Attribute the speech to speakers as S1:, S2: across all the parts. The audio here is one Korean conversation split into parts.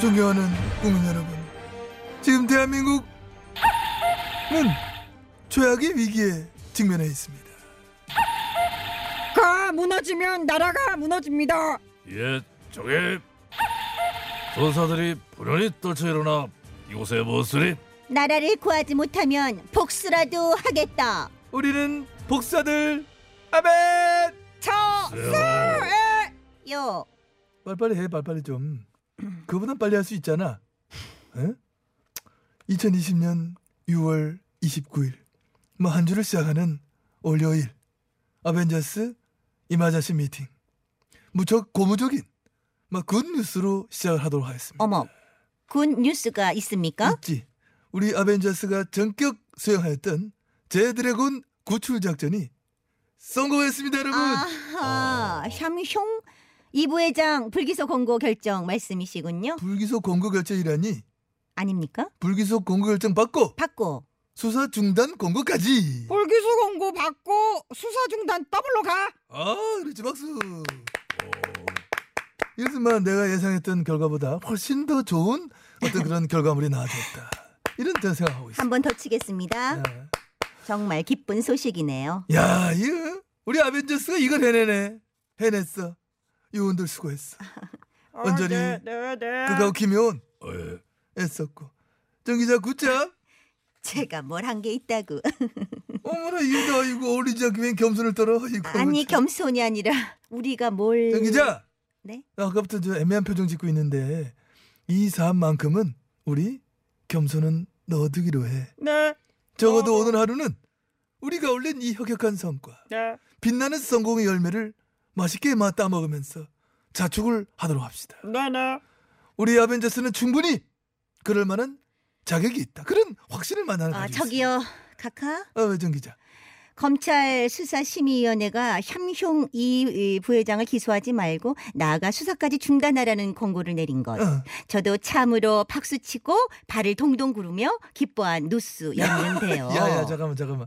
S1: 존경하는 국민 여러분, 지금 대한민국은 최악의 위기에 직면해 있습니다.
S2: 가 무너지면 나라가 무너집니다.
S3: 예, 저기 전사들이 불연히 떨쳐 일어나 이곳에 어, 무엇을
S4: 나라를 구하지 못하면 복수라도 하겠다.
S1: 우리는 복사들 아멘.
S2: 저
S4: 요.
S1: 빨빨리 해, 빨빨리 좀. 그보단 빨리 할 수 있잖아. 응? 2020년 6월 29일, 뭐 한 주를 시작하는 월요일, 아벤져스 이마자시 미팅. 무척 고무적인, 막굿 뉴스로 시작을 하도록 하겠습니다.
S4: 어머, 굿 뉴스가 있습니까?
S1: 있지. 우리 아벤져스가 전격 수행하였던 제드래곤 구출 작전이 성공했습니다,
S2: 음.
S1: 여러분.
S2: 아.
S4: 아하, 샴숑 이 부회장 불기소 권고 결정 말씀이시군요.
S1: 불기소 공고 결정이라니
S4: 아닙니까?
S1: 불기소 공고 결정 받고
S4: 받고
S1: 수사 중단 공고까지.
S2: 불기소 공고 받고 수사 중단 더블로 가.
S1: 아, 그렇지 박수. 이것만 내가 예상했던 결과보다 훨씬 더 좋은 어떤 그런 결과물이 나왔다. 이런 데 생각하고
S4: 한
S1: 있습니다.
S4: 번 더
S2: 네.
S4: 치겠습니다. 정말 기쁜 소식이네요.
S1: 야, 이 우리 아벤져스가 이걸 해내네. 해냈어. 요원들 수고했어. 완전히
S4: 아, 네,
S1: 그거 김효원
S3: 예,
S1: 애썼고 정기자 굿잡
S4: 제가 뭘 한 게 있다고.
S1: 어머나 이거 이거 어울리지 않게 겸손을 떨어 이거
S4: 아니 겸손이 아니라 우리가 뭘
S1: 정기자
S4: 네?
S1: 아까부터 저 애매한 표정 짓고 있는데 이 사안만큼은 우리 겸손은 넣어두기로 해
S2: 네.
S1: 적어도 오늘 하루는 우리가 올린 이 혁혁한 성과
S2: 네.
S1: 빛나는 성공의 열매를 맛있게 맛 따먹으면서 자축을 하도록 합시다
S2: 네. 네.
S1: 우리 아벤져스는 충분히 그럴 만한 자격이 있다 그런 확신을 만나는 어,
S4: 아, 저기요. 카카
S1: 아왜 정기자
S4: 검찰 수사 심의위원회가 샴숑 이, 이 부회장을 기소하지 말고 나아가 수사까지 중단하라는 권고를 내린 것.
S1: 어.
S4: 저도 참으로 박수치고 발을 동동 구르며 기뻐한 누스였는데요.
S1: 야야 잠깐만 잠깐만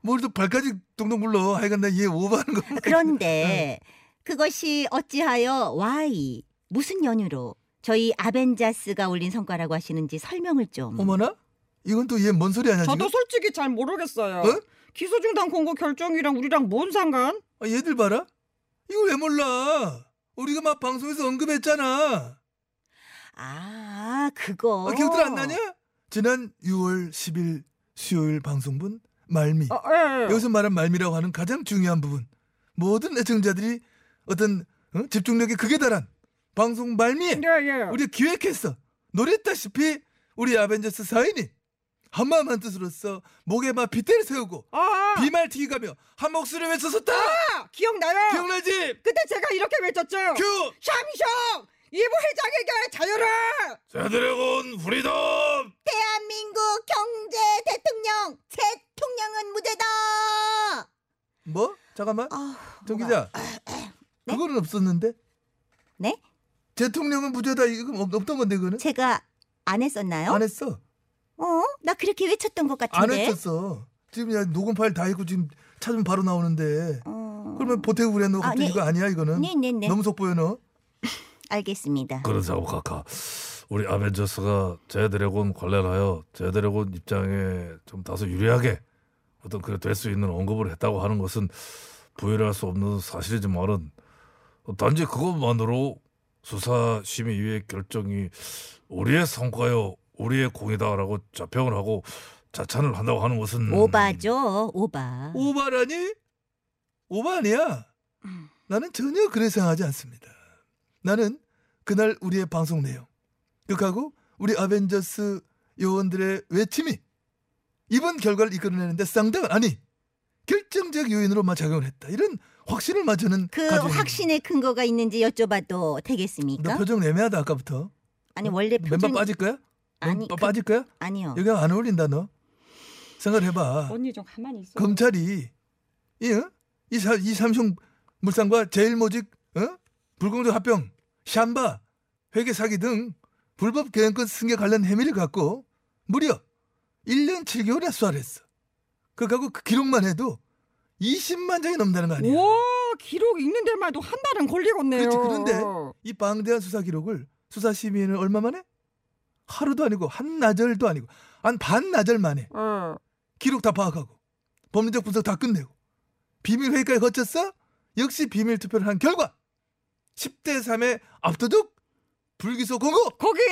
S1: 뭘 또 발까지 동동 굴러 하여간 나 얘 오버하는 거
S4: 그런데 그것이 어찌하여 와이 무슨 연유로 저희 아벤자스가 올린 성과라고 하시는지 설명을 좀.
S1: 어머나 이건 또 얘 뭔 소리 하냐 지금
S2: 저도 솔직히 잘 모르겠어요.
S1: 어?
S2: 기소 중단 공고 결정이랑 우리랑 뭔 상관?
S1: 아, 얘들 봐라 이걸 왜 몰라 우리가 막 방송에서 언급했잖아
S4: 아 그거.
S1: 아, 기억들 안 나냐 지난 6월 10일 수요일 방송분 말미
S4: 어,
S2: 아, 예.
S1: 여기서 말한 말미라고 하는 가장 중요한 부분 모든 애청자들이 어떤 어? 집중력이 극에 달한 방송 말미에
S2: 예, 예.
S1: 우리가 기획했어. 노랬다시피 우리 아벤져스 사인이 한마음 한 뜻으로서 목에 막 빗대를 세우고
S2: 아,
S1: 비말튀기 가며 한 목소리를 외쳤었다.
S2: 아, 기억나요?
S1: 기억나지? 그-
S2: 그때 제가 이렇게 외쳤죠.
S1: 큐!
S2: 샴숑 이 부회장에게 자유를.
S1: 아.
S3: 제드래곤 프리덤
S4: 대한민국 경제 대통령 대통령은 무죄다.
S1: 뭐? 잠깐만.
S4: 아,
S1: 정
S4: 뭐가-
S1: 기자.
S4: 네?
S1: 그거는 없었는데.
S4: 네?
S1: 대통령은 무죄다. 이거 뭐 없- 없던 건데 그거는?
S4: 제가 안 했었나요?
S1: 안 했어.
S4: 어? 나 그렇게 외쳤던 것
S1: 안
S4: 같은데.
S1: 했었어. 지금 야, 녹음 파일 다 있고 지금 찾으면 바로 나오는데.
S4: 어...
S1: 그러면 보태고 그래 너
S4: 아,
S1: 갑자기
S4: 네.
S1: 이거 아니야 이거는?
S4: 네네네.
S1: 너무 속보여 너.
S4: 알겠습니다.
S3: 그런 사고 카카 우리 아벤져스가 제드래곤 관련하여 제드래곤 입장에 좀 다소 유리하게 어떤 그래 될 수 있는 언급을 했다고 하는 것은 부인할 수 없는 사실이지만은 단지 그것만으로 수사 심의위의 결정이 우리의 성과요 우리의 공이다라고 자평을 하고 자찬을 한다고 하는 것은
S4: 오바죠, 오바.
S1: 음. 오바라니? 오바 아니야.
S4: 음.
S1: 나는 전혀 그래 생각하지 않습니다. 나는 그날 우리의 방송 내용, 극하고 우리 아벤져스 요원들의 외침이 이번 결과를 이끌어내는데 쌍당은 아니 결정적 요인으로만 작용을 했다. 이런 확신을 마저는
S4: 그
S1: 가지고 있는
S4: 확신의 근거가 있는지 여쭤봐도
S1: 거예요. 너
S4: 되겠습니까?
S1: 표정 애매하다 아까부터.
S4: 아니 원래
S1: 맨발
S4: 표정
S1: 빠질 거야?
S4: 아니
S1: 빠-
S4: 그-
S1: 빠질 거야?
S4: 아니요.
S1: 여기 안 어울린다 너. 생각해봐.
S5: 언니 좀 가만히 있어.
S1: 검찰이 이, 어? 이, 사, 이 삼성 물산과 제일모직 어? 불공정 합병 샴바 회계 사기 등 불법 경영권 승계 관련 혐의를 갖고 무려 1년 7개월에 수사했어. 그거하고 그 기록만 해도 20만 장이 넘는다는 거 아니야?
S2: 와 기록 읽는 데만도 한 달은 걸리겠네요.
S1: 그렇지, 그런데. 이 방대한 수사 기록을 수사 심의는 얼마 만에? 하루도 아니고 한나절도 아니고 한 반나절 만에
S2: 어.
S1: 기록 다 파악하고 법률적 분석 다 끝내고 비밀 회의까지 거쳤어? 역시 비밀 투표를 한 결과 10대 3의 압도적 불기소 공고
S2: 거기에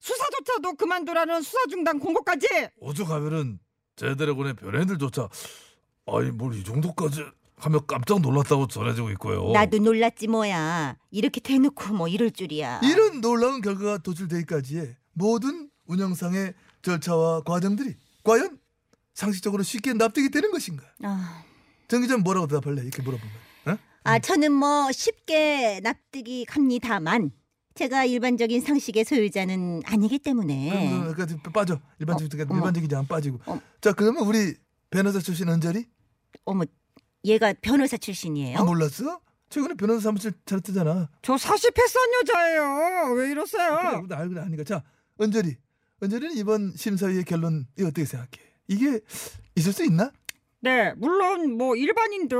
S2: 수사조차도 그만두라는 수사 중단 공고까지
S3: 오죽하면은 제드래곤의 변애들조차 아이 뭘 이 정도까지 하며 깜짝 놀랐다고 전해지고
S1: 어.
S3: 있고요.
S4: 나도 놀랐지 뭐야. 이렇게 대놓고 뭐 이럴 줄이야.
S1: 이런 놀라운 결과가 도출되기까지의 모든 운영상의 절차와 과정들이 과연 상식적으로 쉽게 납득이 되는 것인가?
S4: 아,
S1: 정 기자는 뭐라고 대답할래? 이렇게 물어보면 어?
S4: 아, 저는 뭐 쉽게 납득이 갑니다만 제가 일반적인 상식의 소유자는 아니기 때문에
S1: 그럼 그러니까 좀 빠져 일반적인
S4: 음. 어머.
S1: 일반적인 안 빠지고
S4: 어머.
S1: 자 그러면 우리 변호사 출신 은절이
S4: 어머 얘가 변호사 출신이에요.
S1: 아, 몰랐어? 최근에 변호사 사무실 차렸잖아.
S2: 저 사실 패스한 여자예요. 왜 이러세요?
S1: 그래, 알고 아니까 자 은절이 은절이는 이번 심사위의 결론이 어떻게 생각해? 이게 있을 수 있나?
S2: 네, 물론 뭐 일반인들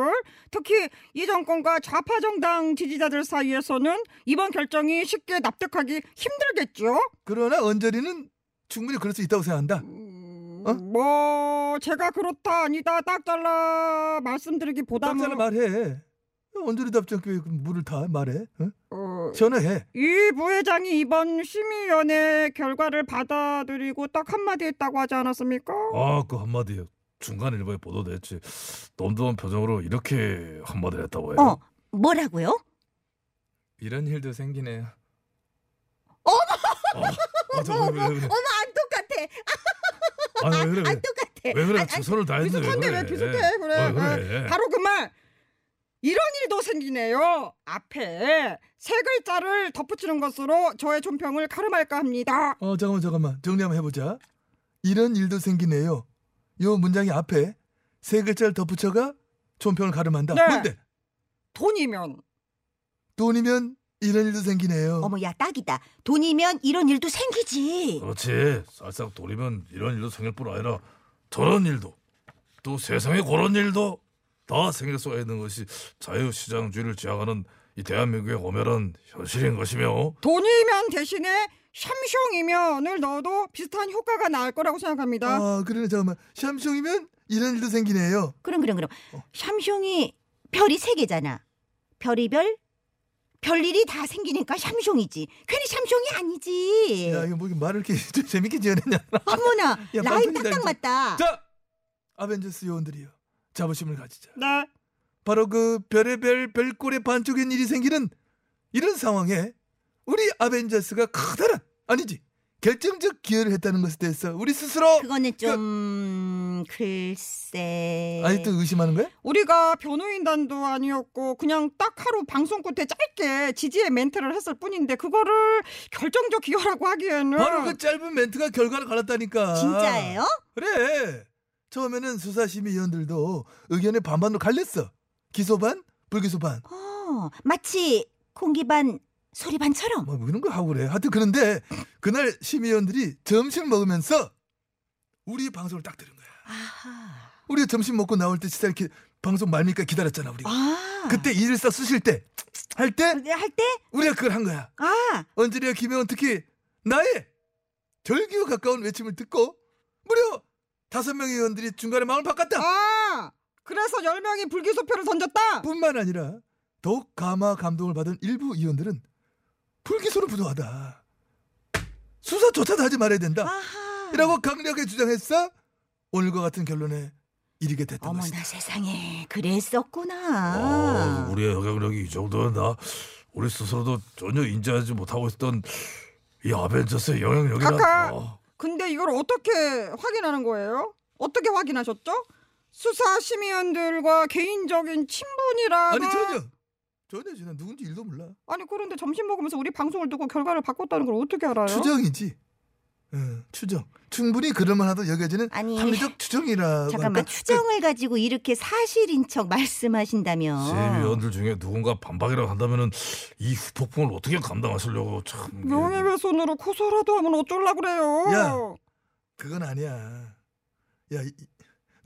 S2: 특히 이 정권과 좌파 정당 지지자들 사이에서는 이번 결정이 쉽게 납득하기 힘들겠죠.
S1: 그러나 은절이는 충분히 그럴 수 있다고 생각한다.
S2: 음,
S1: 어?
S2: 뭐 제가 그렇다 아니다 딱 잘라 말씀드리기보다는
S1: 딱잖아 말해. 은절이 답장 왜 물을 다 말해? 응?
S2: 어,
S1: 전화해.
S2: 이 부회장이 이번 심의위원회 결과를 받아들이고 딱 한마디 했다고 하지 않았습니까?
S3: 아 그 한마디 중간 일부에 보도됐지. 덤덤한 표정으로 이렇게 한마디를 했다고 해요.
S4: 어 뭐라고요?
S6: 이런 일도 생기네요.
S3: 아, 저, 왜, 왜, 왜, 왜.
S4: 어머 안 똑같아.
S3: 아니, 왜 그래?
S4: 안 똑같아.
S3: 왜 그래?
S4: 아,
S3: 저 손을 다 했는데 왜
S2: 비슷한데
S3: 그래?
S2: 왜 비슷해 그래,
S3: 어,
S2: 아,
S3: 그래.
S1: 네.
S2: 바로 그 말 이런 일도 생기네요 앞에 세 글자를 덧붙이는 것으로 저의 존평을 가름할까 합니다
S1: 어 잠깐만 잠깐만 정리 한번 해보자. 이런 일도 생기네요. 요 문장이 앞에 세 글자를 덧붙여가 존평을 가름한다.
S2: 네.
S1: 뭔데?
S2: 돈이면
S1: 돈이면 이런 일도 생기네요.
S4: 어머 야 딱이다. 돈이면 이런 일도 생기지.
S1: 어.
S3: 그렇지. 살짝 돌이면 이런 일도 생길 뿐 아니라 저런 일도 또 세상에 그런 일도 다 생길 수가 있는 것이 자유시장주의를 지향하는 이 대한민국의 오멸한 현실인 것이며
S2: 돈이면 대신에 샴숑이면을 넣어도 비슷한 효과가 나올 거라고 생각합니다
S1: 아 그러네 잠깐만. 샴숑이면 이런 일도 생기네요.
S4: 그럼 그럼 그럼
S1: 어.
S4: 샴숑이 별이 세 개잖아. 별이 별 별일이 다 생기니까 샴숑이지. 괜히 샴숑이
S2: 네.
S4: 아니지.
S1: 야 이거 뭐 이렇게 말을 이렇게 재밌게 지어냈냐?
S4: 어머나
S1: 야,
S4: 라인
S1: 깜짝이다,
S4: 딱딱
S1: 이거.
S4: 맞다.
S1: 자, 아벤져스 요원들이여 자부심을 가지자.
S2: 네
S1: 바로 그 별의 별 별꼴의 반쪽인 일이 생기는 이런 상황에 우리 아벤져스가 커다란 아니지 결정적 기여를 했다는 것에 대해서 우리 스스로
S4: 그거는 좀 글쎄.
S1: 아직도 의심하는 거야?
S2: 음. 우리가 변호인단도 아니었고 그냥 딱 하루 방송 끝에 짧게 지지의 멘트를 했을 뿐인데 그거를 결정적 기여라고 하기에는
S1: 바로 그 짧은 멘트가 결과를 갈랐다니까.
S4: 진짜예요?
S1: 그래. 처음에는 수사심의위원들도 의견을 반반으로 갈렸어. 기소 반, 불기소 반.
S4: 어, 마치 공기 반 소리 반처럼.
S1: 뭐 이런 거 하고 그래. 하여튼 그런데 그날 심의위원들이 점심 먹으면서 우리 방송을 딱 들은 거야.
S4: 아하.
S1: 우리가 점심 먹고 나올 때 진짜 이렇게 방송 말미니까 기다렸잖아 우리가.
S4: 아.
S1: 그때 이일사 수실 때 할 때
S4: 할 때?
S1: 우리가 그걸 한 거야.
S4: 아.
S1: 언제리와 김혜원 특히 나의 절규 가까운 외침을 듣고 무려 다섯 명의 의원들이 중간에 마음을 바꿨다.
S2: 아 그래서 열명이 불기소표를 던졌다
S1: 뿐만 아니라 더욱 감화 감동을 받은 일부 의원들은 불기소는 부도하다. 수사조차도 하지 말아야 된다.
S4: 아하.
S1: 이라고 강력하게 주장했어 오늘과 같은 결론에 이르게 됐던 것이다.
S4: 어머나 세상에 그랬었구나.
S3: 아, 우리의 영향력이 이 정도였나? 우리 스스로도 전혀 인지하지 못하고 있었던 이 아벤져스의 영향력이라
S2: 카카.
S3: 어,
S2: 근데 이걸 어떻게 확인하는 거예요? 어떻게 확인하셨죠? 수사 심의원들과 개인적인 친분이라는
S1: 아니 전혀 전혀 지난 누군지 일도 몰라.
S2: 아니, 그런데 점심 먹으면서 우리 방송을 듣고 결과를 바꿨다는 걸 어떻게 알아요?
S1: 추정이지. 응, 추정. 충분히 그럴만하다 여겨지는
S4: 아니,
S1: 합리적 추정이라고.
S4: 잠깐만
S1: 할까?
S4: 추정을 가지고 이렇게 사실인 척 말씀하신다면
S3: 세위원들 아, 중에 누군가 반박이라고 한다면은 이 후폭풍을 어떻게 감당하시려고 참 이게
S2: 명예훼손으로 고소라도 하면 어쩌려 그래요?
S1: 야. 그건 아니야. 야, 이-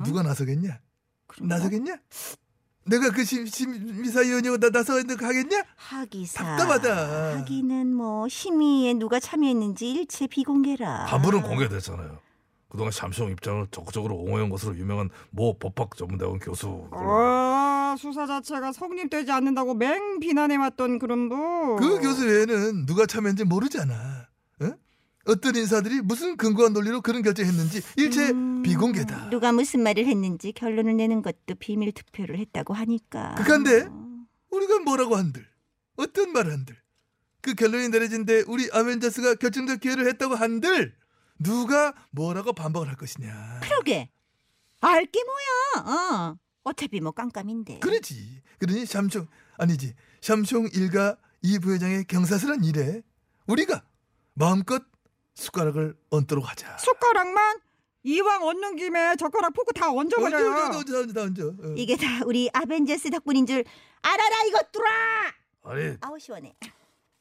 S1: 누가 나서겠냐? 나서겠냐? 내가 그 심, 심, 미사위원이고 나 나서는데 가겠냐?
S4: 하기사
S1: 답답하다.
S4: 하기는 뭐 심의에 누가 참여했는지 일체 비공개라
S3: 다분은 공개됐잖아요. 그동안 샴시용 입장을 적극적으로 옹호한 것으로 유명한 모 법학 전문대학원 교수
S2: 아, 수사 자체가 성립되지 않는다고 맹 비난해왔던 그런 분.
S1: 그 교수 외에는 누가 참여했는지 모르잖아. 어? 어떤 인사들이 무슨 근거와 논리로 그런 결정했는지 일체
S4: 음.
S1: 비공개다.
S4: 누가 무슨 말을 했는지 결론을 내는 것도 비밀 투표를 했다고 하니까
S1: 극한데? 우리가 뭐라고 한들 어떤 말을 한들 그 결론이 내려진데 우리 아벤져스가 결정적 기회를 했다고 한들 누가 뭐라고 반박을 할 것이냐
S4: 그러게 알게 뭐야 어. 어차피 뭐 깜깜인데
S1: 그러지 그러니 샴숑 아니지 샴숑 일가 이 부회장의 경사스런 일에 우리가 마음껏 숟가락을 얹도록 하자
S2: 숟가락만 이왕 얹는 김에 젓가락 포크 다
S1: 얹어
S2: 얹어버려요.
S1: 얹어 얹어 얹어 얹어 어.
S4: 이게 다 우리 아벤져스 덕분인 줄 알아라 이것들아
S3: 아니
S4: 아우 시원해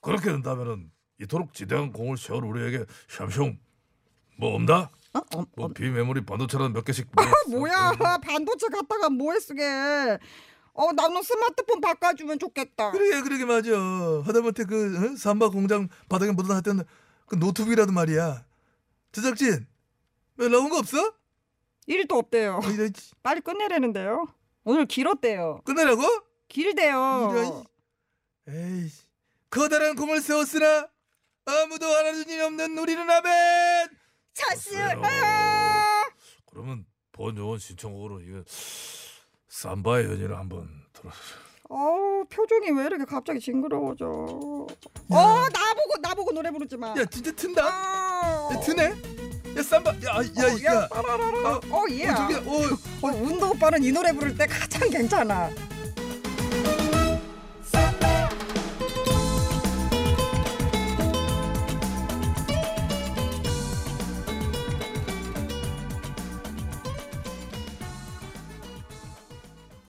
S3: 그렇게 된다면은 이토록 지대한 공을 세울 우리에게 샴시용 뭐 없나?
S4: 어? 어,
S3: 뭐
S4: 어.
S3: 비메모리 반도체라는 몇 개씩
S2: 아, 뭐야 반도체 갖다가 뭐해 쓰게 어 나는 스마트폰 바꿔주면 좋겠다
S1: 그러게 그러게 맞아 하다못해 그 어? 삼바 공장 바닥에 묻어놨던 그 노트북이라도 말이야 제작진 연락 온거 없어?
S2: 일도 없대요
S1: 어, 이래, 씨.
S2: 빨리 끝내라는데요 오늘 길었대요
S1: 끝내라고?
S2: 길대요 어.
S1: 이런 에이 커다란 공을 세웠으나 아무도 알아준 일 없는 우리는 아벤
S4: 첫수
S2: 아.
S3: 그러면 번요원 신청곡으로 이거 삼바의 연인을 한번 들어주세요.
S2: 어우 표정이 왜 이렇게 갑자기 징그러워져 어 나보고 나보고 노래 부르지 마
S1: 야 진짜 튼다
S2: 어.
S1: 야, 트네 야 쌈바
S2: 어,
S1: 야야야
S2: 야, 빠라라라.
S1: 어,
S2: 어, 예.
S1: 저기
S2: 어, 운동 오빠는 이 노래 부를 때 가장 괜찮아.